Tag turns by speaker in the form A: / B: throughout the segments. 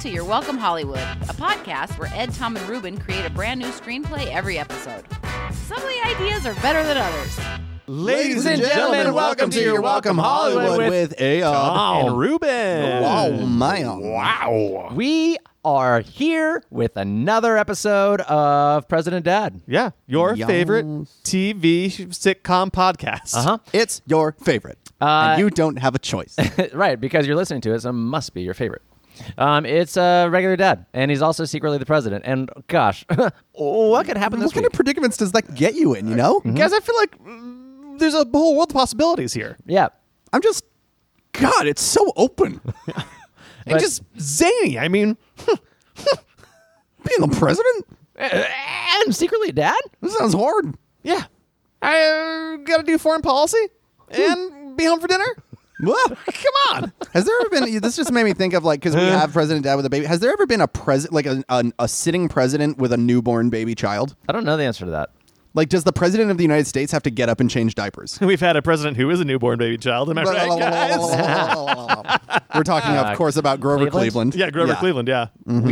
A: to Your Welcome Hollywood, a podcast where Ed, Tom, and Ruben create a brand new screenplay every episode. Some of the ideas are better than others.
B: Ladies and gentlemen, welcome to your Welcome Hollywood with
C: Tom
B: AR.
C: and Ruben.
B: Wow, man.
D: Wow.
C: We
E: are here with another episode of President Dad.
C: yeah, your
B: Yes.
C: favorite TV sitcom podcast.
E: Uh-huh.
B: It's your favorite. and you don't have a choice.
E: right, because you're listening to it, so it must be your favorite. Um, it's a uh, regular dad, and he's also secretly the president. And gosh, what could happen this
B: what kind
E: week?
B: of predicaments does that get you in, you know?
C: Guys, I feel like mm, there's a whole world of possibilities here.
E: yeah,
B: I'm just, God, it's so open.
C: and
E: But-
C: just zany. I mean,
B: Being the president?
E: and secretly a dad.
B: This sounds hard.
C: yeah, I uh, got to do foreign policy and be home for dinner.
B: Whoa.
C: Come on.
B: Has there ever been? This just made me think of like because we have President Dad with a baby. Has there ever been a president like a, a a sitting president with a newborn baby child?
E: I don't know the answer to that.
B: Like, does the president of the United States have to get up and change diapers?
C: We've had a president who is a newborn baby child. Am I right, guys?
B: We're talking, of course, about Grover Cleveland.
E: Uh, Cleveland?
C: Yeah, Mm-hmm. Grover Cleveland. Yeah.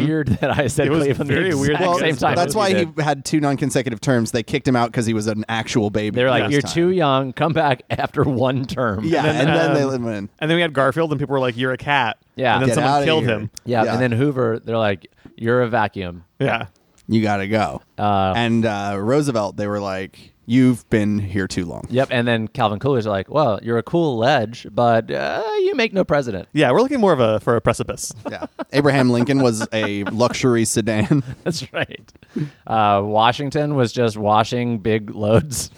E: Weird that I said
C: It was
E: Cleveland
C: very
E: the
C: weird
E: exact
C: that
B: Well,
C: you
E: same
C: said
E: time.
C: that.
B: that's why
E: did.
B: he had two non-consecutive terms. They kicked him out because he was an actual baby.
E: They were like,
B: last
E: "You're
B: time.
E: too young. Come back after one term."
B: Yeah, and then,
C: um,
B: they let him in.
C: And then we had Garfield, and people were like, "You're a cat."
E: Yeah.
C: And then
E: Get
C: someone
B: outta
C: killed
B: here.
C: him.
E: yeah,
B: Yeah.
E: And then Hoover, they're like, "You're a vacuum."
C: Yeah.
B: You gotta go. and uh, Roosevelt, they were like, "You've been here too long."
E: Yep, and then Calvin Coolidge are like, "Well, you're a cool ledge, but uh, you make no president."
C: Yeah, we're looking more of a for a precipice.
B: yeah. Abraham Lincoln was a luxury sedan.
E: That's right. Uh, Washington was just washing big loads.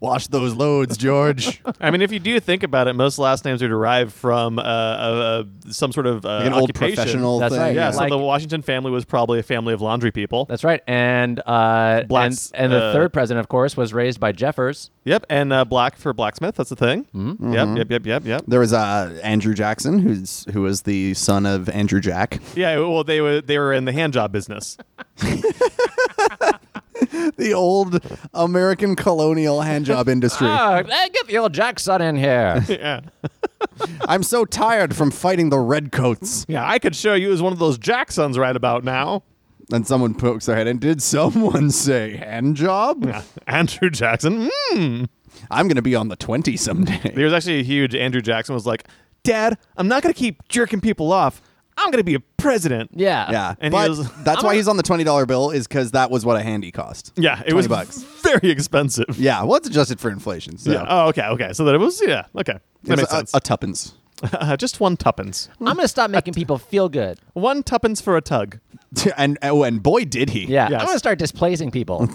B: Wash those loads, George.
C: I mean, if you do think about it, most last names are derived from uh, uh, uh, some sort of uh,
B: Like an old
C: occupation.
B: professional
E: That's
B: thing.
E: right,
C: Yeah,
E: yeah.
C: so
E: Like-
C: the Washington family was probably a family of laundry people.
E: That's right. And uh,
C: Blacks,
E: and, and the
C: uh,
E: third president, of course, was raised by Jeffers.
C: Yep, and uh, black for blacksmith. That's the thing. Mm-hmm. Yep, yep, yep, yep, yep.
B: There was uh, Andrew Jackson, who's who was the son of Andrew Jack.
C: Yeah, well, they were they were in the hand job business.
B: The old American colonial hand job industry.
E: Oh,
C: Ah.
E: get the old Jackson in here.
C: yeah,
B: I'm so tired from fighting the redcoats.
C: yeah. I could show you as one of those Jacksons right about now.
B: And someone pokes their head in. Did someone say hand job?
C: Yeah, Andrew Jackson. Mm.
B: I'm gonna be on the twenty someday.
C: There was actually a huge Andrew Jackson was like, Dad, I'm not gonna keep jerking people off. I'm gonna be a president.
E: yeah.
B: Yeah,
C: And he
B: but
C: was-
B: that's
C: I'm
B: why
C: gonna-
B: he's on the twenty dollar bill is because that was what a handy cost.
C: Yeah, it was
B: bucks.
C: very expensive.
B: Yeah, well, it's adjusted for inflation. So
C: Yeah. Oh, okay, okay. So that it was yeah. Okay, that
B: It's
C: makes
B: a,
C: sense.
B: a tuppence.
C: Uh, just one tuppence.
E: I'm gonna stop making people feel good.
C: One tuppence for a tug.
B: And oh, and boy did he!
E: Yeah,
C: Yes.
E: I'm gonna start displacing people.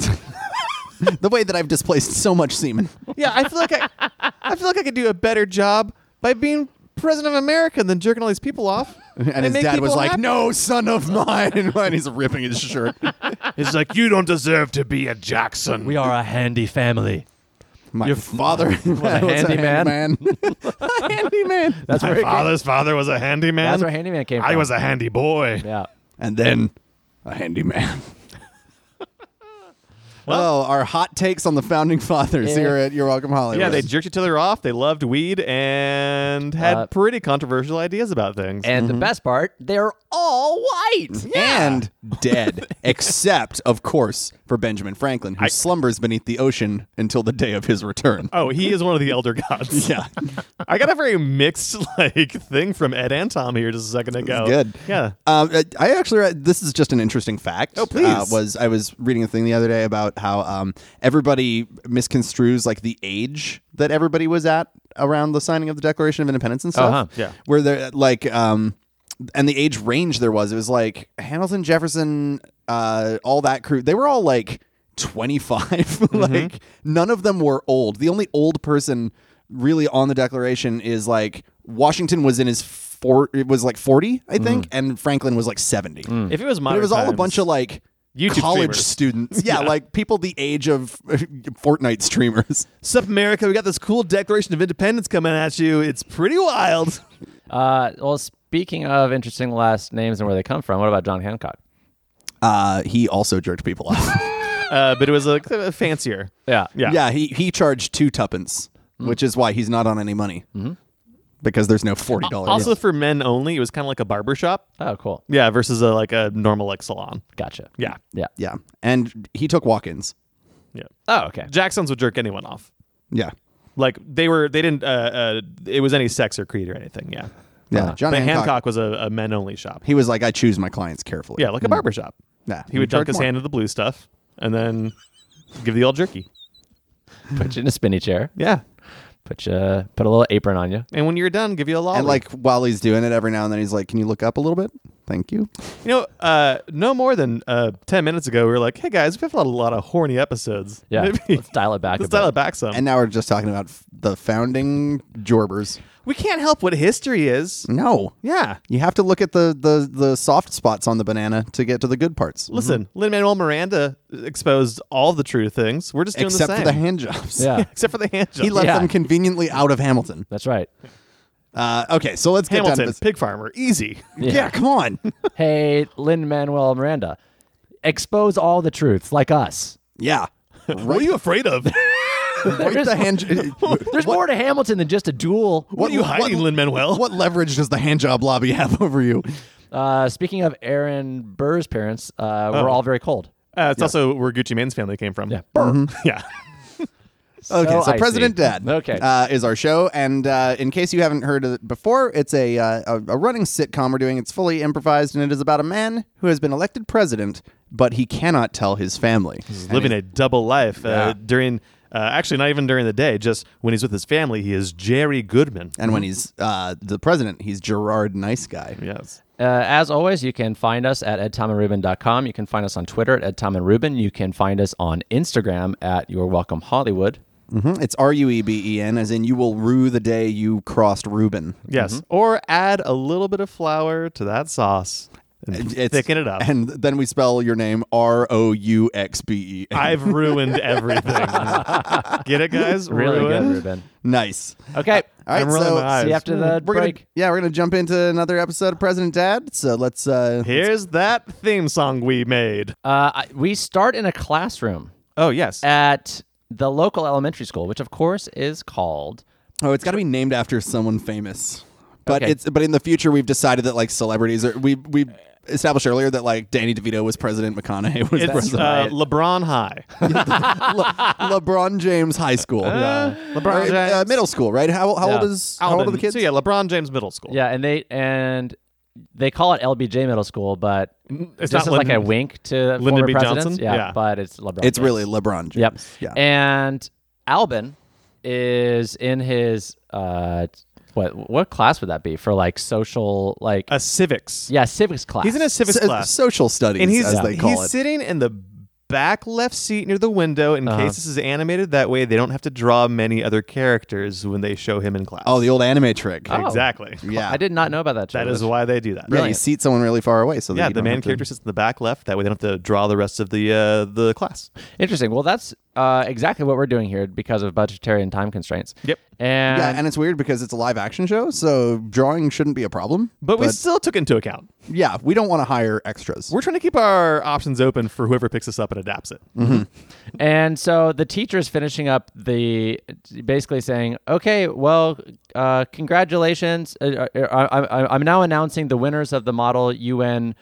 B: the way that I've displaced so much semen.
C: Yeah, I feel like I, I feel like I could do a better job by being president of America than jerking all these people off.
B: And his
C: make
B: dad was
C: people
B: like,
C: happy.
B: "No, son of mine," and he's ripping his shirt.
D: It's like you don't deserve to be a Jackson.
E: we are a handy family.
B: My father was a
E: handyman.
B: handyman. handyman.
E: That's where it came-
D: Father's father was a handyman.
E: that's where handyman came from.
D: I was a handy boy.
E: yeah.
B: and then a handyman. well, our hot takes on the founding fathers here at You're Welcome Hollywood.
C: Yeah, they jerked each other off. They loved weed and had
E: Uh,
C: pretty controversial ideas about things.
E: And the best part, they're all white.
B: and dead, except, of course, for Benjamin Franklin, who slumbers beneath the ocean until the day of his return.
C: oh, he is one of the elder gods.
B: Yeah,
C: I got a very mixed like thing from Ed and Tom here just a second ago.
B: good.
C: Yeah.
B: Um, I- I actually read, this is just an interesting fact. Oh
C: please.
B: was I was reading a thing the other day about how um, everybody misconstrues like the age that everybody was at around the signing of the Declaration of Independence and stuff.
E: Uh-huh.
C: Yeah.
B: where there like um, and the age range there was it was like Hamilton, Jefferson, uh, all that crew. They were all like twenty
C: Mm-hmm.
B: like none of them were old. The only old person really on the Declaration is like Washington was in his. Four, it was like 40,
C: Mm.
B: I think, and Franklin was like 70.
C: If it was
B: But
C: modern
B: it was all a
C: times-
B: bunch of like
C: Mm. YouTube
B: college
C: streamers.
B: students. Yeah, like people the age of Fortnite streamers.
C: Sup, America? We got this cool Declaration of Independence coming at you. It's pretty wild.
E: Uh, well, speaking of interesting last names and where they come from, what about John Hancock?
B: Uh, he also jerked people off.
C: Uh, but it was like uh, fancier.
E: Yeah.
C: Yeah. Mm.
B: yeah, he he charged two tuppence, which is why he's not on any money. because there's no forty dollars.
C: Mm-hmm. Also, for men only, it was kind of like a barber shop.
E: Oh, cool.
C: Yeah, versus a, like a normal like salon.
E: Gotcha.
C: Yeah,
E: Yeah.
B: yeah, and he took walk-ins.
C: yeah.
E: Oh, okay.
C: Jacksons would jerk anyone off.
B: Yeah,
C: Like they were, they didn't. Uh, uh, it was any sex or creed or anything. Yeah,
B: yeah. John Hancock,
C: Uh, but
B: Hmm.
C: Hancock, was a, a men only shop.
B: He was like, I choose my clients carefully. Mm.
C: Yeah, like a barber shop.
B: yeah.
C: He would dunk
B: charge
C: his
B: Hmm. more.
C: hand in the blue stuff and then give the old jerky.
E: Put you in a spinny chair.
C: Yeah,
E: Put you put a little apron on you.
C: and when you're done, give you a lolly.
B: And like while he's doing it, every now and then he's like, "Can you look up a little bit? Thank you."
C: you know, uh, no more than uh, ten minutes ago, we were like, "Hey guys, we've had a lot of horny episodes.
E: Yeah.
C: Maybe
E: Let's dial it back.
C: let's
E: a bit.
C: dial it back some."
B: And now we're just talking about f- the founding jorbers.
C: we can't help what history is.
B: No,
C: Yeah.
B: you have to look at the the the soft spots on the banana to get to the good parts.
C: Listen,
E: Mm-hmm.
C: Lin Manuel Miranda exposed all the true things. We're just doing
B: except
C: the
B: for
C: same.
B: the hand jobs.
E: Yeah.
C: except for the hand job.
B: He left
E: Yeah.
B: them conveniently out of Hamilton.
E: That's right.
B: Uh, okay, so let's get down
C: Hamilton,
B: to this.
C: pig farmer, easy.
B: Yeah, come on.
E: hey, Lynn Manuel Miranda, expose all the truths like us.
B: yeah.
D: What are you afraid of?
B: Wipe the hand.
E: There's more to Hamilton than just a duel.
C: What are you
B: what-
C: hiding, Lin Manuel?
B: What leverage does the hand job lobby have over you?
E: Uh, speaking of Aaron Burr's parents, uh,
C: Oh.
E: we're all very cold.
C: Uh, it's also where Gucci Mane's family came from.
E: Yeah.
B: Mm-hmm.
C: yeah.
B: Okay, so,
E: Oh, I see.
B: President Dad
E: Okay.
B: uh, is our show, and uh, in case you haven't heard of it before, it's a, uh, a a running sitcom we're doing. It's fully improvised, and it is about a man who has been elected president, but he cannot tell his family.
C: He's living a double life uh, during, uh, actually, not even during the day, just when he's with his family, he is Jerry Goodman.
B: And when he's uh, the president, he's Gerard Nice Guy.
C: Yes.
E: Uh, as always, you can find us at edtomandruben.com. You can find us on Twitter at edtomandruben. You can find us on Instagram at You're Welcome Hollywood.
B: Mhm. It's R U E B E N, as in you will rue the day you crossed Reuben.
C: Yes. Mm-hmm. Or add a little bit of flour to that sauce and
B: It's-
C: thicken it up.
B: And then we spell your name R O U X B E N.
C: I've ruined everything. Get it, guys?
E: Really
C: Ruined?
E: good, Ruben.
B: Nice.
E: Okay.
B: All right,
C: I'm rolling my
B: so
C: eyes.
E: See you after the
B: we're gonna
E: break.
B: yeah, we're gonna jump into another episode of President Dad. So let's uh,
C: Here's that theme song we made.
E: Uh, I- we start in a classroom
C: Oh, yes.
E: at the local elementary school, which of course is called.
B: Oh, it's got to be named after someone famous. But
E: Okay.
B: it's but in the future we've decided that like celebrities are we we established earlier that like Danny DeVito was president, McConaughey was
C: It's
B: president.
C: uh, LeBron High. uh,
B: Le- LeBron James High School, Or,
C: LeBron
B: uh,
C: James.
B: middle school, right? How, how old
E: Yeah.
B: is how old are the
C: Alvin.
B: kids?
C: So, yeah, LeBron James Middle School.
E: Yeah, and they and they call it LBJ Middle School, but
C: It's
E: it's
C: not
E: just as like a
C: Lyndon-
E: wink to
C: Lyndon
E: former
C: B.
E: presidents.
C: Johnson?
E: Yeah,
C: Yeah.
E: but it's LeBron.
B: It's
E: James.
B: really LeBron James.
E: Yep.
B: Yeah.
E: And Albin is in his uh what what class would that be for like social like
C: A civics.
E: yeah, civics class.
C: He's in a civics
B: So- uh,
C: class.
B: social studies,
C: and he's
B: as they call
C: he's
B: it.
C: sitting in the back left seat near the window in
B: Uh-huh.
C: case this is animated. That way, they don't have to draw many other characters when they show him in class.
B: oh, the old anime trick.
E: Oh.
C: exactly.
B: yeah.
E: I did not know about that.
C: That
E: Travis.
C: is why they do that.
B: Yeah, you seat someone really far away. So that
C: Yeah,
B: you
C: the
B: don't
C: main
B: have to-
C: character sits in the back left. That way, they don't have to draw the rest of the uh, the class.
E: Interesting. Well, that's uh, exactly what we're doing here because of budgetary and time constraints.
C: Yep.
E: And
B: Yeah, and it's weird because it's a live action show, so drawing shouldn't be a problem.
C: But, we still took into account.
B: yeah, we don't want to hire extras.
C: We're trying to keep our options open for whoever picks this up and adapts it.
B: Mm-hmm.
E: And so the teacher is finishing up the basically saying, okay, well, uh, congratulations. Uh, uh, I, I, I'm now announcing the winners of the Model UN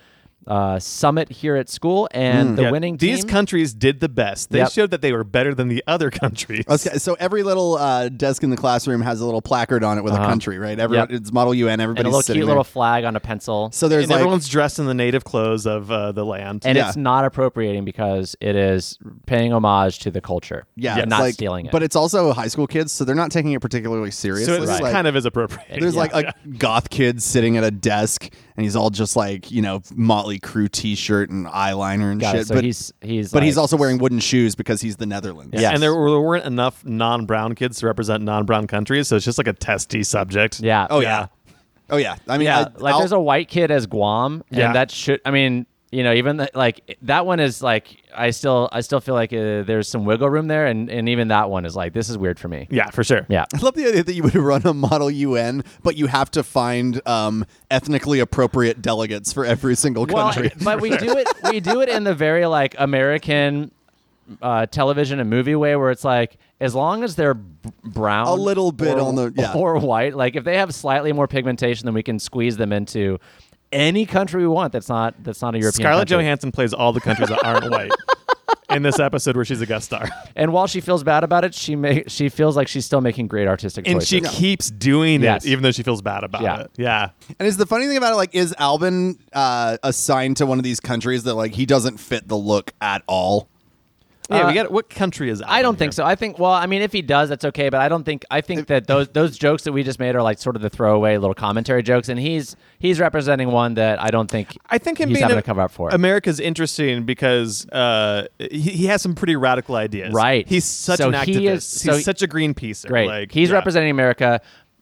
E: uh, Summit here at school. And
B: Mm.
E: the
C: Yeah,
E: winning
C: these
E: team.
C: countries did the best. They
E: Yep.
C: showed that they were better than the other countries.
B: Okay, so every little uh, desk in the classroom has a little placard on it with a country, right? Everyone,
E: Uh-huh. Yep.
B: It's Model UN.
E: and a
B: Everybody's
E: little
B: sitting
E: cute
B: there.
E: little flag on a pencil.
B: so there's
C: and
B: like
C: everyone's dressed in the native clothes of uh, the land.
E: and
B: yeah.
E: it's not appropriating because it is paying homage to the culture.
B: yeah,
E: and
B: it's
E: not
B: like-
E: stealing it.
B: but it's also high school kids, so they're not taking it particularly seriously.
C: so it
B: Like,
C: kind of is appropriate.
B: There's like a goth kid sitting at a desk, and he's all just like you know Motley Crue T-shirt and eyeliner and
E: Got it.
B: shit.
E: So
B: but
E: he's he's
B: but he's
E: like-
B: also wearing wooden shoes because he's the Netherlands.
E: Yeah.
C: And there, were, there weren't enough non-brown kids to represent non-brown countries, so it's just like a testy subject.
E: yeah
B: Oh yeah. Oh yeah. I mean,
E: Yeah,
B: I-
E: like
B: I'll-
E: there's a white kid as Guam, and
C: Yeah.
E: that should. I mean, you know, even the, like that one is like I still I still feel like uh, there's some wiggle room there, and and even that one is like this is weird for me.
C: yeah, for sure.
E: Yeah,
B: I love the idea that you would run a model UN, but you have to find um, ethnically appropriate delegates for every single
E: well,
B: country.
E: but we do it we do it in the very like American. uh, television and movie way, where it's like as long as they're b- brown,
B: A little bit
E: or-
B: on the- yeah.
E: or white. Like if they have slightly more pigmentation, then we can squeeze them into any country we want. That's not that's not a European.
C: Scarlett
E: country.
C: Johansson plays all the countries that aren't white in this episode where she's a guest star.
E: And while she feels bad about it, she may, she feels like she's still making great artistic
C: And
E: choices.
C: she keeps doing
E: Yes.
C: it even though she feels bad about
E: Yeah.
C: it. Yeah.
B: And is the funny thing about it like is Albin uh, assigned to one of these countries that like he doesn't fit the look at all?
C: Yeah,
E: Uh,
C: we got what country is
E: I don't think so. I think well, I mean, if he does, that's okay. But I don't think I think that those those jokes that we just made are like sort of the throwaway little commentary jokes, and he's he's representing one that I don't think
C: I think him
E: he's
C: being
E: not
C: a-
E: going to cover up for. it.
C: America's interesting because uh, he, he has some pretty radical ideas.
E: Right.
C: He's such
E: So
C: an activist.
E: he is- so he-
C: He's such a Greenpeacer.
E: Great,
C: Like
E: he's
C: yeah.
E: representing America,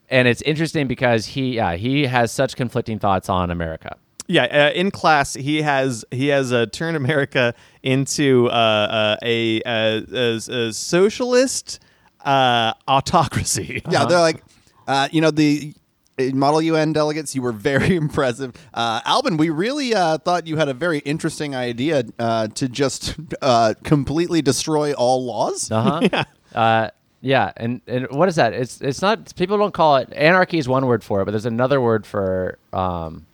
E: and it's interesting because he yeah he has such conflicting thoughts on America.
C: Yeah, uh, in class he has he has uh, turned America into uh, uh, a, uh a, a socialist uh, autocracy.
E: Uh-huh.
B: Yeah, they're like, uh, you know, the uh, Model UN delegates, you were very impressive. Uh, Albin, we really uh, thought you had a very interesting idea uh, to just uh, completely destroy all laws.
E: Uh-huh. yeah. Uh yeah, and, and what is that? It's it's not people don't call it anarchy is one word for it, but there's another word for um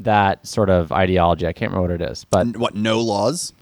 E: that sort of ideology. I can't remember what it is. But
B: N- What, no laws?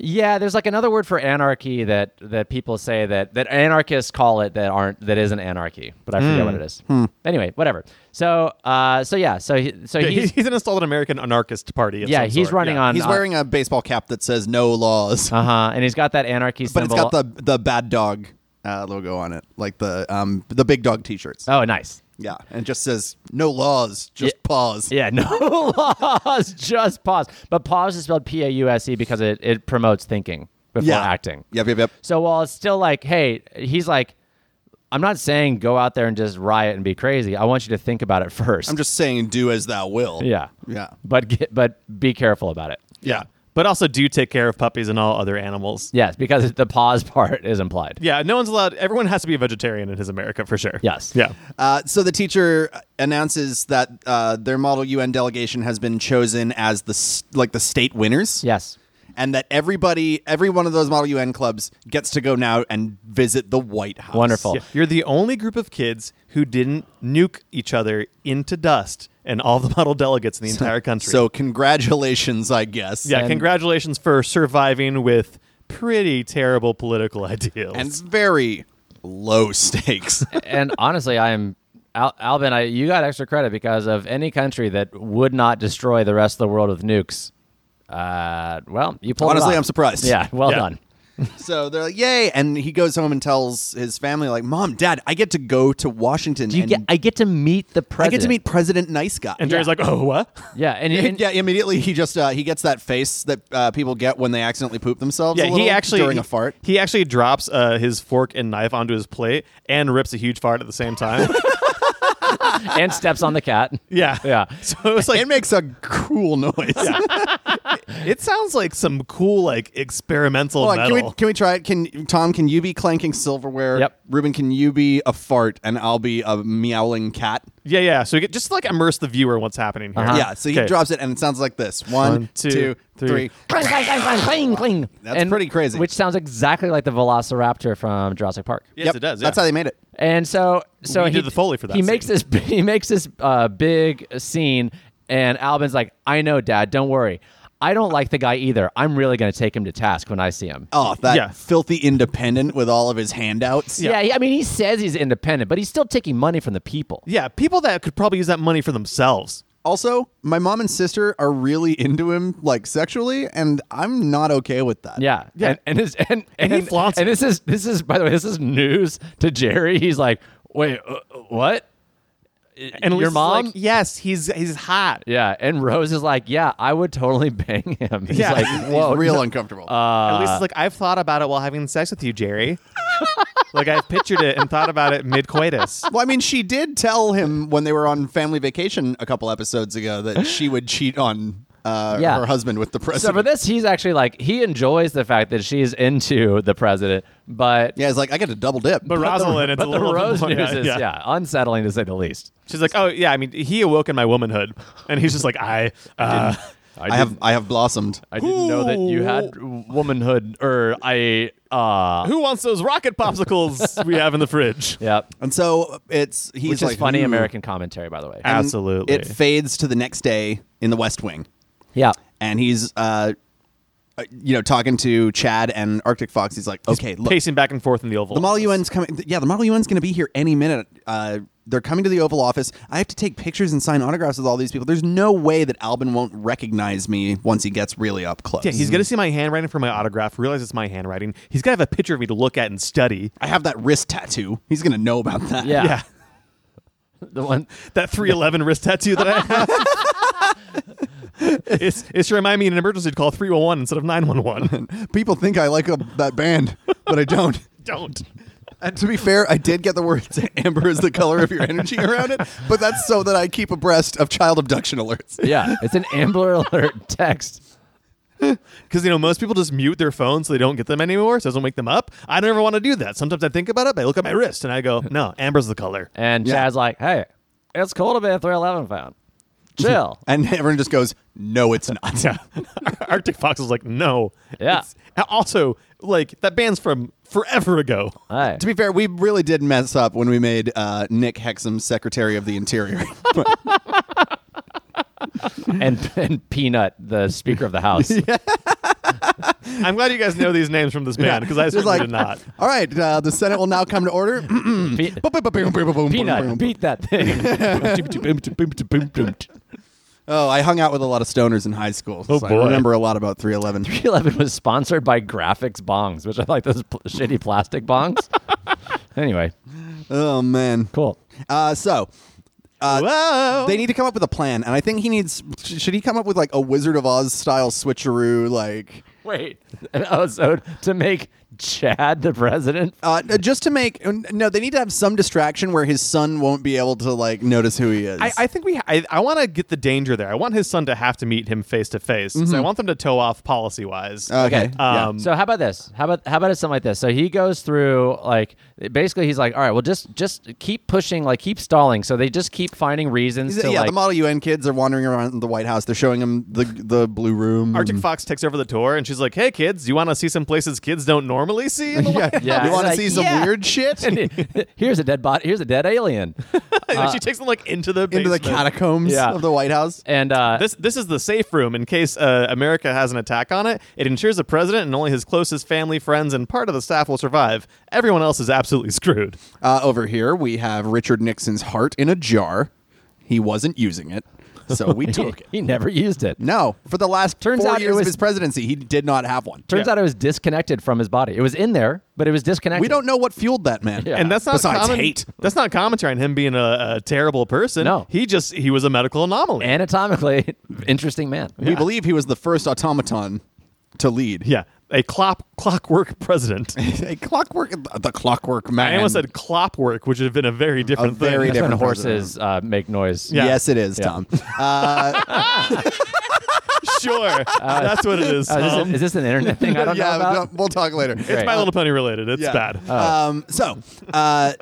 E: yeah, there's like another word for anarchy that that people say that that anarchists call it that aren't that isn't anarchy, but I forget what
B: Hmm.
E: it is. Anyway, whatever. So uh so yeah, so he, so
C: Yeah,
E: he's
C: he's, he's an installed American anarchist party. of
E: yeah,
C: some
E: he's
C: sort.
E: running
C: Yeah.
E: on uh,
B: He's wearing a baseball cap that says no laws,
E: uh-huh, and he's got that anarchy
B: but
E: symbol.
B: it's got the, the bad dog uh, logo on it, like the um, the big dog t shirts.
E: Oh, nice.
B: Yeah, and it just says no laws, just
E: Yeah.
B: pause.
E: Yeah, no laws, just pause. But pause is spelled P A U S E because it, it promotes thinking before
B: Yeah.
E: acting.
B: Yep, yep, yep.
E: So while it's still like, hey, he's like, I'm not saying go out there and just riot and be crazy. I want you to think about it first.
B: I'm just saying, do as thou will.
E: yeah,
B: Yeah.
E: But get, but be careful about it.
C: Yeah, but also do take care of puppies and all other animals.
E: Yes, because the pause part is implied.
C: Yeah, no one's allowed. Everyone has to be a vegetarian in his America for sure.
E: Yes.
C: Yeah.
B: Uh, so the teacher announces that uh, their Model UN delegation has been chosen as the s- like the state winners,
E: Yes.
B: and that everybody, every one of those Model UN clubs gets to go now and visit the White House.
E: Wonderful.
C: Yeah. You're the only group of kids who didn't nuke each other into dust and all the model delegates in the entire country.
B: So congratulations, I guess.
C: yeah,
E: and-
C: congratulations for surviving with pretty terrible political ideals.
B: and it's very low stakes.
E: and honestly, I am Al- Alvin. I you got extra credit because of any country that would not destroy the rest of the world with nukes. Uh, well, you pulled. it
B: Honestly,
E: off.
B: I'm surprised.
E: Yeah, well
C: Yeah.
E: done.
B: so they're like, "Yay!" And he goes home and tells his family, "Like, mom, dad, I get to go to Washington.
E: You
B: and
E: get, I get to meet the
B: I
E: president.
B: get to meet President Nice Guy."
C: and Jerry's like, oh, what?
E: Yeah, and, and-
B: yeah, immediately he just uh, he gets that face that uh, people get when they accidentally poop themselves. a
C: Yeah,
B: little
C: he actually
B: during
C: he,
B: a fart.
C: He actually drops uh, his fork and knife onto his plate and rips a huge fart at the same time.
E: and steps on the cat.
C: yeah,
E: Yeah.
C: So it was like
B: it makes a cool noise.
C: it sounds like some cool like experimental
B: Hold on, can
C: metal.
B: we can we try it? Can Tom? Can you be clanking silverware?
E: Yep.
B: Ruben, can you be a fart and I'll be a meowling cat?
C: yeah, yeah. So we get, just like immerse the viewer in what's happening here.
E: Uh-huh.
B: Yeah. So he
C: Okay.
B: drops it and it sounds like this: one, two, three.
E: Clang, clang, clang, clang, clang, clang.
B: That's pretty crazy.
E: Which sounds exactly like the Velociraptor from Jurassic Park.
C: Yes,
B: Yep,
C: it does.
B: That's
C: yeah.
B: how they made it.
E: And so, so
C: We
E: he
C: did the Foley for that
E: He
C: scene.
E: makes this. He makes this uh, big scene, and Alvin's like, "I know, Dad. Don't worry. I don't like the guy either. I'm really going to take him to task when I see him."
B: Oh, that
C: Yeah.
B: filthy independent with all of his handouts.
E: yeah. he- I mean, he says he's independent, but he's still taking money from the people.
C: Yeah, people that could probably use that money for themselves.
B: Also, my mom and sister are really into him, like sexually, and I'm not okay with that.
E: Yeah,
C: Yeah.
E: and and, his, and, and,
C: he flaunts
E: and this is this is by the way this is news to Jerry. He's like, wait, uh, uh, what?
C: And
E: your
C: Lisa's
E: mom?
C: like, yes, he's he's hot.
E: yeah, and Rose is like, yeah, I would totally bang him. He's
C: Yeah.
E: like,
C: He's
E: whoa,
B: Real
E: no- uh,
B: uncomfortable.
C: At least it's like I've thought about it while having sex with you, Jerry. like I've pictured it and thought about it mid coitus.
B: Well, I mean, she did tell him when they were on family vacation a couple episodes ago that she would cheat on uh,
E: Yeah.
B: her husband with the
E: So
B: president.
E: for this, he's actually like he enjoys the fact that she's into the president, but
B: yeah, it's like I get a double dip.
C: But Rosalind, it's
E: but
C: a
E: the
C: little bit
E: Rose
C: more-
E: news is yeah. unsettling to say the least.
C: She's like, oh yeah, I mean, he awoke in my womanhood, and he's just like, I, uh,
B: I, have
E: didn't-
B: I have blossomed.
E: I didn't know that you had womanhood, or I, uh,
C: Who wants those rocket popsicles we have in the fridge?
E: yeah,
B: And so it's he's
E: which
B: like
E: is funny
B: "Hmm."
E: American commentary, by the way.
B: And
C: Absolutely.
B: It fades to the next day in the West Wing,
E: yeah,
B: and he's uh, uh, you know, talking to Chad and Arctic Fox. He's like, okay, look,
C: Pacing back and forth in the Oval.
B: The Model
C: Office.
B: UN's coming. th- Yeah, the Model UN's going to be here any minute. Uh, they're coming to the Oval Office. I have to take pictures and sign autographs with all these people. There's no way that Albin won't recognize me once he gets really up close.
C: Yeah,
E: Hmm.
C: he's gonna see my handwriting for my autograph. Realize it's my handwriting. He's gonna have a picture of me to look at and study.
B: I have that wrist tattoo. He's going to know about that.
E: yeah,
C: Yeah,
E: the one.
C: that three eleven wrist tattoo that I have. it's it's to remind me in an emergency to call three one one instead of nine one one.
B: People think I like a, that band, but I don't.
C: Don't.
B: And to be fair, I did get the words "amber is the color of your energy" around it, but that's so that I keep abreast of child abduction alerts.
E: Yeah, it's an Amber Alert text.
C: Because you know most people just mute their phones so they don't get them anymore, so it doesn't wake them up. I don't ever want to do that. Sometimes I think about it, but I look at my wrist and I go, "No, amber's the color."
E: And
B: Yeah.
E: Chad's like, "Hey, it's cool to be a 311 fan. Chill."
B: And everyone just goes, "No, it's not."
C: Arctic Fox is like, "No."
E: Yeah.
C: It's- also, like that band's from forever ago.
E: hey,
B: To be fair, we really did mess up when we made uh, Nick Hexum Secretary of the Interior.
E: and and Peanut, the Speaker of the House.
C: I'm glad you guys know these names from this band because I
B: Just
C: certainly
B: like-
C: did not.
B: All right, uh, the Senate will now come to order.
E: Pe- Peanut, beat that thing.
B: oh, I hung out with a lot of stoners in high school. so I
C: Oh, boy.
B: remember a lot about 311.
E: 311 was sponsored by Graphics Bongs, which I like those pl- shitty plastic bongs. anyway,
B: Oh, man.
E: cool.
B: Uh, so. Uh,
C: Whoa.
B: They need to come up with a plan, and I think he needs. sh- Should he come up with like a Wizard of Oz style switcheroo, like
E: Wait. Oh, so to make Chad the president?
B: uh, just to make? No, they need to have some distraction where his son won't be able to like notice who he is.
C: I, I think we. ha- I, I want to get the danger there. I want his son to have to meet him face to face. So I want them to toe off policy wise.
B: Mm-hmm. okay. yeah.
C: Um,
E: So how about this? How about how about it's something like this? So he goes through like basically he's like, all right, well just just keep pushing, like keep stalling. So they just keep finding reasons
B: He's-
E: to
B: yeah,
E: like
B: the Model UN kids are wandering around the White House. They're showing them the the blue room.
C: Arctic Fox takes over the tour, and she's like, "Hey kids, you want to see some places kids don't normally see?" In the White House?"
E: Yeah,
B: you want to
E: like,
B: see some
E: yeah.
B: weird shit
E: here's a dead body, here's a dead alien.
C: And she takes them like into the
B: Uh, into the
C: basement.
B: catacombs
E: Yeah.
B: of the White House?
E: And uh
C: This this is the safe room in case uh, America has an attack on it. It ensures the president and only his closest family, friends, and part of the staff will survive. Everyone else is absolutely screwed.
B: Uh, over here, we have Richard Nixon's heart in a jar. He wasn't using it, so we took it.
E: he never used it.
B: No, for the last
E: Turns
B: four
E: out it
B: years
E: was-
B: of his presidency, he did not have one.
E: Turns
C: Yeah.
E: out it was disconnected from his body. It was in there, but it was disconnected.
B: We don't know what fueled that man.
E: Yeah.
C: And that's not
B: Besides
C: common-
B: hate.
C: That's not commentary on him being a, a terrible person.
E: No.
C: he just he was a medical anomaly.
E: anatomically interesting man.
B: We believe he was the first automaton to lead.
C: yeah, a clop clockwork president.
B: a clockwork, the clockwork man.
C: I almost said clockwork, which would have been a very different thing.
B: very
E: That's when
B: different
E: horses uh, make noise.
C: Yeah.
B: Yes, it is,
E: Yeah.
B: Tom.
C: sure,
B: Uh,
C: that's what it is.
E: Oh, is, this
C: Um,
E: an, is this an internet thing I don't
B: yeah,
E: know about?
B: no, we'll talk later.
E: Great.
C: My Little Pony related. It's
B: Yeah.
C: bad.
B: Um, so uh,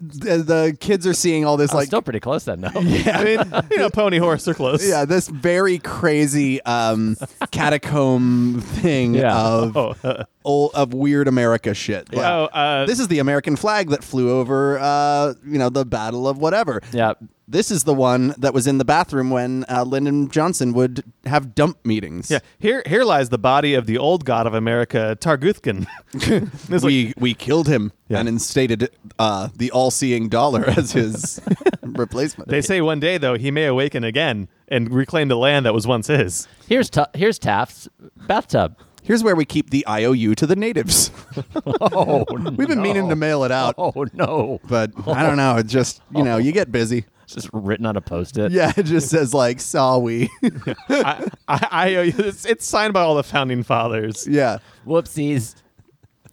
B: the, the kids are seeing all
C: Oh,
B: this
E: I'm
B: like
E: still pretty close then, though.
C: I mean, you know, pony horse are close.
B: yeah this very crazy um, catacomb thing
E: Yeah.
B: of
C: Oh, uh,
B: ol- of weird America shit. Like,
C: oh, uh,
B: this is the American flag that flew over uh, you know the Battle of whatever.
E: Yeah.
B: This is the one that was in the bathroom when uh, Lyndon Johnson would have dump meetings.
C: yeah. Here, here lies the body of the old god of America, Targuthkin. It's like-
B: we we killed him and instated uh, the all-seeing dollar as his replacement.
C: they say one day though he may awaken again and reclaim the land that was once his.
E: Here's tu- here's Taft's bathtub.
B: Here's where we keep the IOU to the natives.
E: Oh,
B: We've been meaning to mail it out,
E: oh no!
B: but I don't know. It just you know you get busy.
E: It's just written on a post-it.
B: Yeah, it just says like saw we.
C: I, I, I owe you. It's, it's signed by all the founding fathers.
B: yeah,
E: Whoopsies.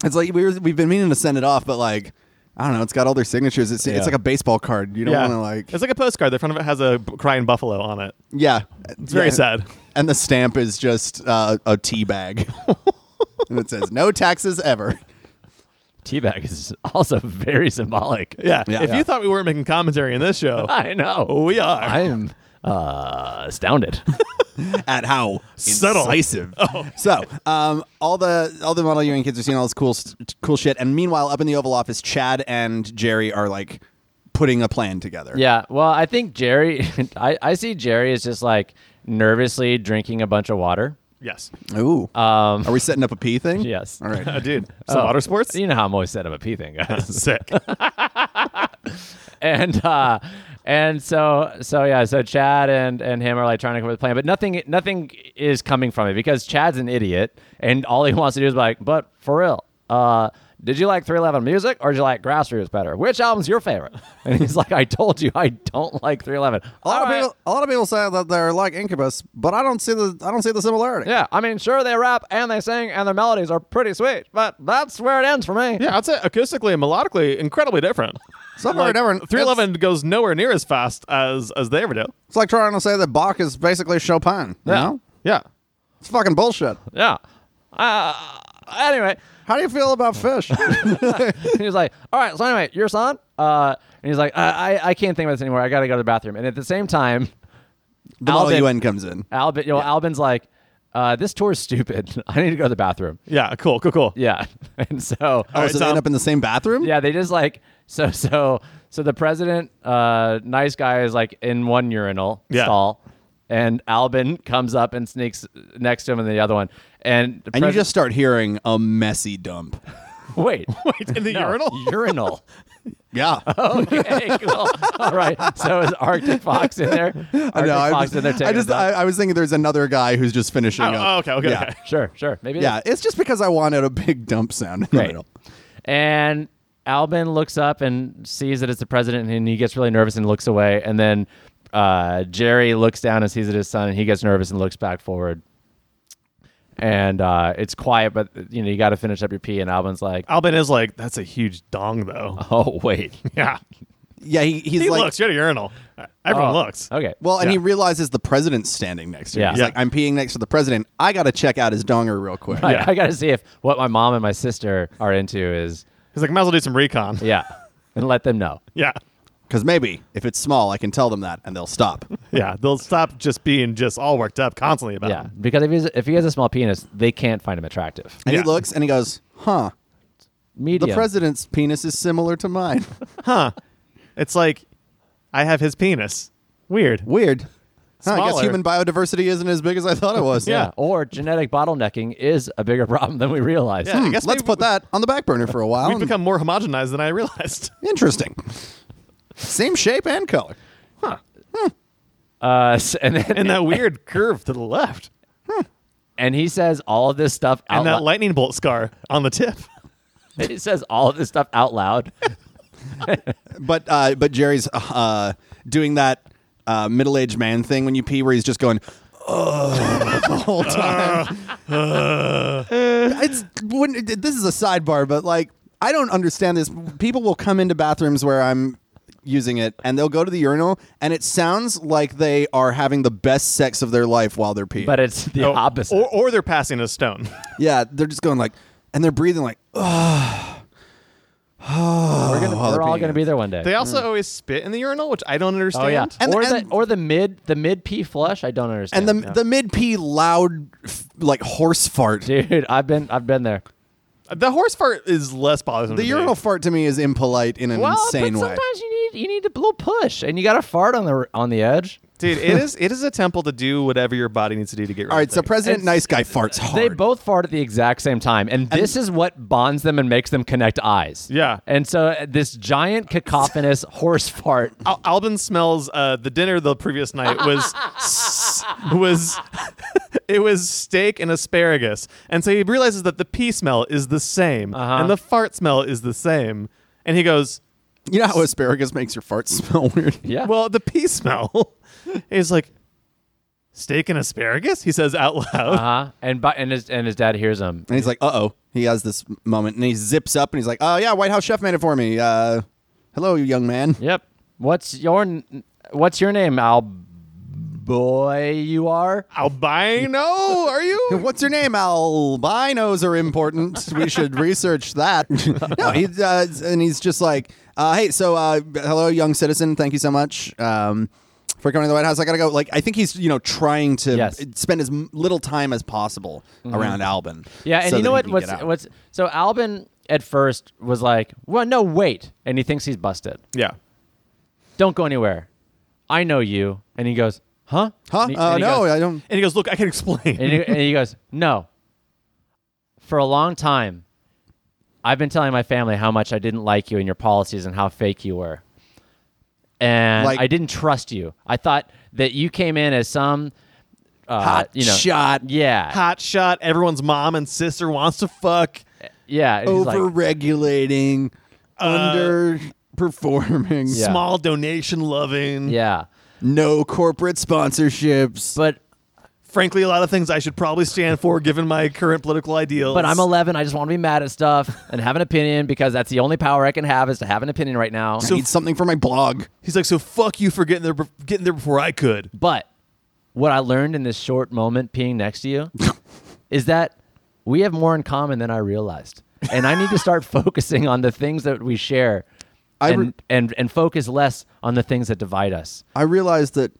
B: it's like we were, we've been meaning to send it off, but like I don't know. It's got all their signatures. It's
E: Yeah.
B: it's like a baseball card. You don't want to like
C: It's like a postcard. The front of it has a b- crying buffalo on it.
B: yeah.
C: It's very sad.
B: And the stamp is just uh, a tea bag, and it says no taxes ever.
E: Teabag is also very symbolic.
C: Yeah.
B: Yeah. Oh,
C: If
B: Yeah.
C: you thought we weren't making commentary in this show,
E: I know.
C: we are.
E: I'm uh, astounded.
B: at how
D: Subtle.
B: incisive.
C: Oh.
B: So, um, all the all the Model UN kids are seeing all this cool st- cool shit, and meanwhile, up in the Oval Office, Chad and Jerry are like putting a plan together.
E: yeah. Well, I think Jerry, I, I see Jerry as just like nervously drinking a bunch of water.
C: Yes.
B: Ooh. Um, are we setting up a pee thing?
E: Yes.
B: All right.
C: Uh, dude, some water sports?
E: Oh. You know how I'm always set up a pee thing, guys.
C: Sick.
E: and uh and so so yeah so chad and and him are like trying to come up with a plan but nothing nothing is coming from it because chad's an idiot and all he wants to do is be like but for real uh did you like 311 music or did you like grassroots better which album's your favorite and he's like i told you i don't like 311
B: A lot
E: All
B: of
E: right.
B: people, a lot of people say that they're like Incubus, but I don't see the, I don't see the similarity.
E: yeah i mean sure they rap and they sing and their melodies are pretty sweet but that's where it ends for me
C: yeah, I'd say acoustically and melodically incredibly different.
B: Somewhere different.
C: 311 goes nowhere near as fast as as they ever do.
B: It's like trying to say that Bach is basically Chopin. You
E: Yeah.
B: know,
C: Yeah.
B: it's fucking bullshit.
E: yeah uh, anyway
B: How do you feel about fish?
E: he was like, "All right, so anyway, your son." Uh, and he's like, I, "I I can't think about this anymore. I got to go to the bathroom." And at the same time,
B: the Model
E: Alvin-
B: UN comes in. Oh,
E: Albin, you know, Albin's like, uh, "This tour is stupid. I need to go to the bathroom."
C: Yeah, cool, cool, cool.
E: Yeah, and so
B: Oh,
C: right,
B: so they
C: Tom.
B: end up in the same bathroom.
E: yeah, they just like so so so the president, uh, nice guy, is like in one urinal
C: Yeah.
E: stall, and Albin comes up and sneaks next to him in the other one, and the
B: And you
E: pres-
B: just start hearing a messy dump.
E: wait.
C: Wait, in the
E: No,
C: urinal?
E: urinal.
B: Yeah.
C: Oh,
E: Okay, cool. All right. So is Arctic Fox in there? Arctic
B: I know. I
E: Fox
B: just,
E: in there taking
B: I,
E: a
B: just
E: dump.
B: I, I was thinking there's another guy who's just finishing
C: Oh,
B: up.
C: oh, okay, okay,
B: yeah.
C: okay.
E: Sure, sure. Maybe
B: Yeah,
E: that's
B: it's just because I wanted a big dump sound in the
E: great.
B: middle.
E: And Albin looks up and sees that it's the president, and he gets really nervous and looks away. And then uh, Jerry looks down and sees it his son, and he gets nervous and looks back forward. And uh, it's quiet, but you know you got to finish up your pee. And Albin's like,
C: Albin is like, that's a huge dong, though.
E: "Oh wait,
C: Yeah.
B: Yeah, he, he's
C: He
B: like,
C: looks. You're at a urinal. Everyone
E: Oh,
C: looks.
E: okay."
B: well, and he
C: Yeah.
B: realizes the president's standing next to him.
E: Yeah.
B: He's
E: Yeah.
B: like, I'm peeing next to the president. I got to check out his donger real quick.
E: I-
C: yeah.
E: I, got to see if what my mom and my sister are into is
C: He's like, might as well do some recon.
E: yeah, and let them know.
C: Yeah.
B: Because maybe if it's small, I can tell them that and they'll stop.
C: Yeah. They'll stop just being just all worked up constantly about
E: Yeah,
C: it.
E: because if he's if he has a small penis, they can't find him attractive.
B: And
C: Yeah.
B: he looks and he goes, huh, the
E: Medium.
B: president's penis is similar to mine.
C: It's like, I have his penis. Weird.
B: Weird. Huh, I guess
C: Smaller.
B: human biodiversity isn't as big as I thought it was.
E: Yeah.
C: Yeah.
E: Or genetic bottlenecking is a bigger problem than we realize.
C: Yeah. I guess
B: Hmm, Let's
C: maybe
B: put
C: we-
B: that on the back burner for a while.
C: We've become more homogenized than I realized.
B: Interesting. Same shape and color.
E: Uh, s- and then,
C: And that weird curve to the left.
E: and he says all of this stuff out
C: And that
E: loud.
C: lightning bolt scar on the tip.
E: he says all of this stuff out loud.
B: But uh, but Jerry's uh, doing that uh, middle aged man thing when you pee, where he's just going. "Ugh," the whole time. it's when, this is a sidebar, but like I don't understand this. People will come into bathrooms where I'm using it, and they'll go to the urinal, and it sounds like they are having the best sex of their life while they're peeing.
E: But it's the
C: Oh,
E: opposite.
C: Or, or they're passing a stone.
B: yeah, they're just going like, and they're breathing like, oh,
E: we're gonna,
B: while
E: we're
B: they're
E: all
B: peeing.
E: going to be there one day.
C: They also always spit in the urinal, which I don't understand.
E: Mm. oh yeah.
B: And-
E: or
B: and-
E: the or the mid the mid pee flush. I don't
B: and
E: understand.
B: the the mid pee loud f- like horse fart.
E: dude, I've been I've been there.
C: The horse fart is less bothersome.
B: The
C: to me.
B: urinal fart to me is impolite in an
E: Well,
B: insane
E: but
B: way.
E: sometimes you need you need a little push, and you got to fart on the on the edge.
C: dude, it is it is a temple to do whatever your body needs to do to get rid.
B: All right,
C: of
B: so
C: things.
B: President Nice Guy farts hard.
E: They both fart at the exact same time, and, this is what bonds them and makes them connect eyes.
C: Yeah.
E: and so uh, this giant cacophonous horse fart.
C: Al- Albin smells uh, the dinner the previous night was s- was it was steak and asparagus, and so he realizes that the pee smell is the same
E: Uh-huh.
C: and the fart smell is the same, and he goes,
B: you know how asparagus makes your farts smell weird.
E: Yeah,
C: "Well, the pee smell." He's like, "Steak and asparagus," he says out loud.
E: uh-huh. and by, and his and his dad hears him.
B: And he's like, "Uh oh." He has this moment, and he zips up, and he's like, "Oh yeah, White House chef made it for me." Uh, hello, you young man.
E: Yep. What's your n- What's your name, Al? Boy, you are.
C: Albino, are you?
B: What's your name? Albinos are important. We should research that. no, he uh, and he's just like, uh, "Hey, so uh, hello, young citizen. Thank you so much." Um, for coming to the White House. I gotta go. Like, I think he's you know trying to
E: Yes. Mm-hmm.
B: spend as m- little time as possible around Albin.
E: Yeah, and
B: so
E: you know
B: that he
E: what?
B: can
E: What's
B: get out.
E: what's so Albin at first was like, "Well, no, wait," and he thinks he's busted.
C: Yeah.
E: Don't go anywhere. I know you. And he goes, "Huh?
B: Huh?
E: And he-
B: Uh,
E: and he
B: no,
E: goes-
B: I don't.
C: And he goes, "Look, I can explain."
E: and, he, and he goes, "No." For a long time, I've been telling my family how much I didn't like you and your policies and how fake you were, and
B: Like-
E: I didn't trust you. I thought that you came in as some uh,
B: Hot
E: you know,
B: shot.
E: Yeah,
C: Hot shot. Everyone's mom and sister wants to fuck.
E: yeah. and he's like,
B: Overregulating, underperforming,
E: Yeah.
C: Small donation loving.
E: yeah,
B: no corporate sponsorships.
E: but
C: Frankly, a lot of things I should probably stand for given my current political ideals.
E: But I'm 11. I just want to be mad at stuff and have an opinion because that's the only power I can have is to have an opinion right now.
B: I need something for my blog.
C: He's like, "So fuck you for getting there, bef- getting there before I could."
E: but what I learned in this short moment peeing next to you is that we have more in common than I realized. And I need to start focusing on the things that we share
B: I
E: and,
B: re-
E: and, and focus less on the things that divide us.
B: I realized that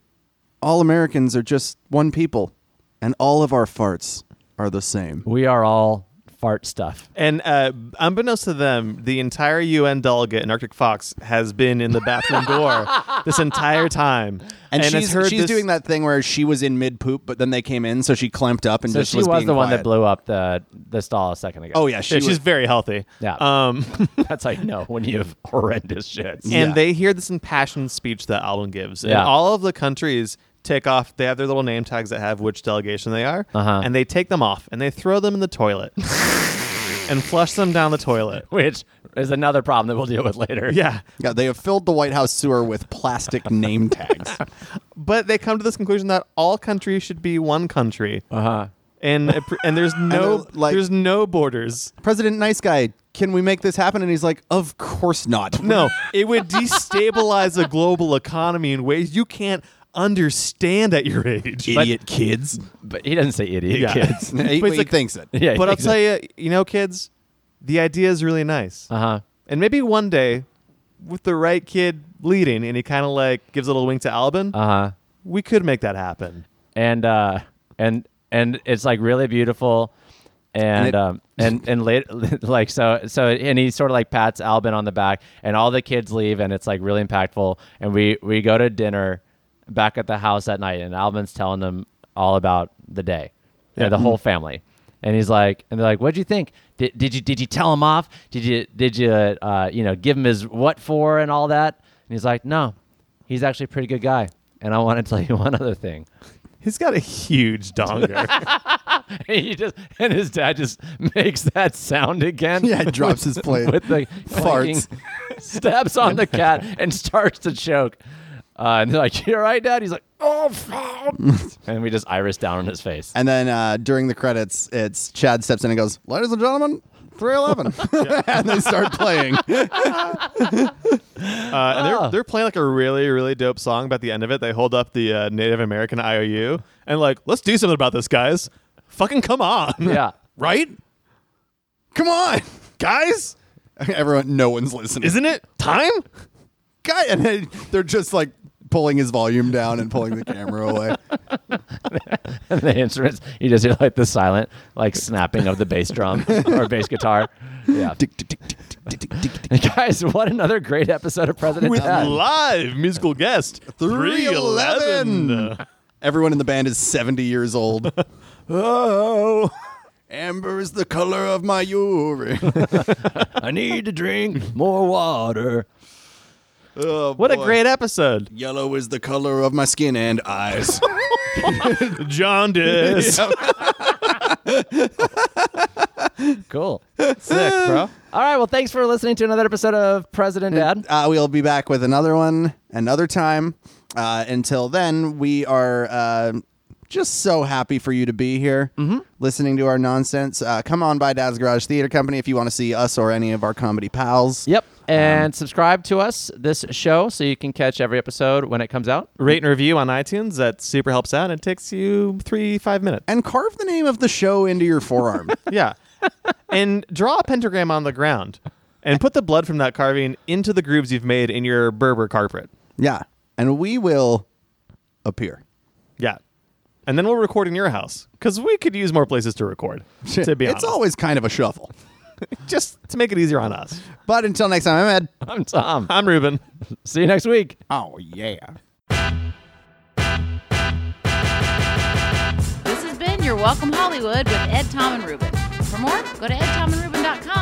B: all Americans are just one people, and all of our farts are the same.
E: We are all fart stuff.
C: And uh, unbeknownst to them, the entire UN delegate in Arctic Fox has been in the bathroom door this entire time,
B: And, she's
C: has heard
B: she's
C: this-
B: doing that thing where she was in mid poop, but then they came in, so she clamped up and
E: So
B: just
E: she was,
B: being
E: the one
B: quiet.
E: that blew up the, the stall a second ago.
B: Oh yeah, she
C: Yeah, she's
B: was-
C: very healthy.
E: Yeah.
C: Um,
E: That's how you know when you have horrendous shits.
C: and
B: Yeah.
C: they hear this impassioned speech that Alvin gives, and
E: Yeah.
C: all of the countries take off. They have their little name tags that have which delegation they are,
E: Uh-huh.
C: and they take them off and they throw them in the toilet and flush them down the toilet.
E: Which is another problem that we'll deal with later.
C: Yeah,
B: Yeah, they have filled the White House sewer with plastic name tags.
C: but they come to this conclusion that all countries should be one country.
E: Uh huh.
C: and it pr- and there's no
B: they're like-
C: there's no borders.
B: President Nice Guy, can we make this happen? And he's like, Of course not.
C: No, it would destabilize a global economy in ways you can't understand at your age.
B: Idiot kids.
E: But he doesn't say idiot
C: Yeah.
E: kids.
B: he,
C: But it's
B: he
C: like-
B: thinks it.
E: yeah,
C: But I'll tell you, you know, kids, the idea is really nice,
E: Uh huh.
C: and maybe one day, with the right kid leading, and he kind of like gives a little wink to Albin,
E: Uh huh.
C: we could make that happen.
E: And uh, and and it's like really beautiful, and
B: it-
E: um, and and late, like so so and he sort of like pats Albin on the back, and all the kids leave, and it's like really impactful, and we we go to dinner back at the house that night, and Albin's telling them all about the day, yeah. Mm-hmm. the whole family. And he's like, and they're like, "What'd you think? Did, did you did you tell him off? Did you did you uh, you know give him his what for and all that?" And he's like, "No, he's actually a pretty good guy." And I want to tell you one other thing.
C: He's got a huge donger.
E: he just and his dad just makes that sound again.
B: Yeah, he drops his plate.
E: with the
B: Farts.
E: clanking- steps on the cat and starts to choke. Uh, and they're like, "You're right, Dad." He's like, "Oh, fuck!" and we just iris down on his face.
B: And then uh, during the credits, it's Chad steps in and goes, Ladies and gentlemen, 311. and they start playing.
C: Uh, and they're, they're playing like a really, really dope song. About the end of it, they hold up the uh, Native American IOU and like, let's do something about this, guys. Fucking come on,
E: yeah,
B: right? Come on.
C: guys.
B: Everyone, no one's listening.
C: Isn't it time?
B: guy? And they, they're just like pulling his volume down and pulling the camera away.
E: and the instruments. You just hear like the silent, like snapping of the bass drum or bass guitar. Yeah, guys, what another great episode of President
C: With
E: Dad.
C: live musical guest
B: 311. Everyone in the band is 70 years old.
C: Oh,
B: Amber is the color of my urine.
E: I need to drink more water.
B: Oh,
C: what
B: boy.
C: a great episode,
B: Yellow is the color of my skin and eyes.
C: jaundice.
E: Cool. Sick, bro. All right. Well, thanks for listening to another episode of President Dad.
B: uh, we'll be back with another one another time. Uh, until then, we are uh, just so happy for you to be here
C: Mm-hmm.
B: listening to our nonsense. Uh, come on by Dad's Garage Theater Company if you want to see us or any of our comedy pals.
E: Yep. And subscribe to us, this show, so you can catch every episode when it comes out.
C: Rate and review on iTunes. That super helps out. It takes you three five minutes.
B: And carve the name of the show into your forearm.
C: Yeah, and draw a pentagram on the ground, and put the blood from that carving into the grooves you've made in your Berber carpet.
B: yeah. And we will appear.
C: Yeah. And then we'll record in your house because we could use more places to record. To be
B: it's
C: honest,
B: always kind of a shuffle.
C: just to make it easier on us.
B: But until next time, I'm Ed.
E: I'm Tom.
C: I'm Ruben.
E: See you next week.
B: Oh yeah.
A: This has been Your Welcome Hollywood with Ed, Tom, and Ruben. For more, go to edtomandruben.com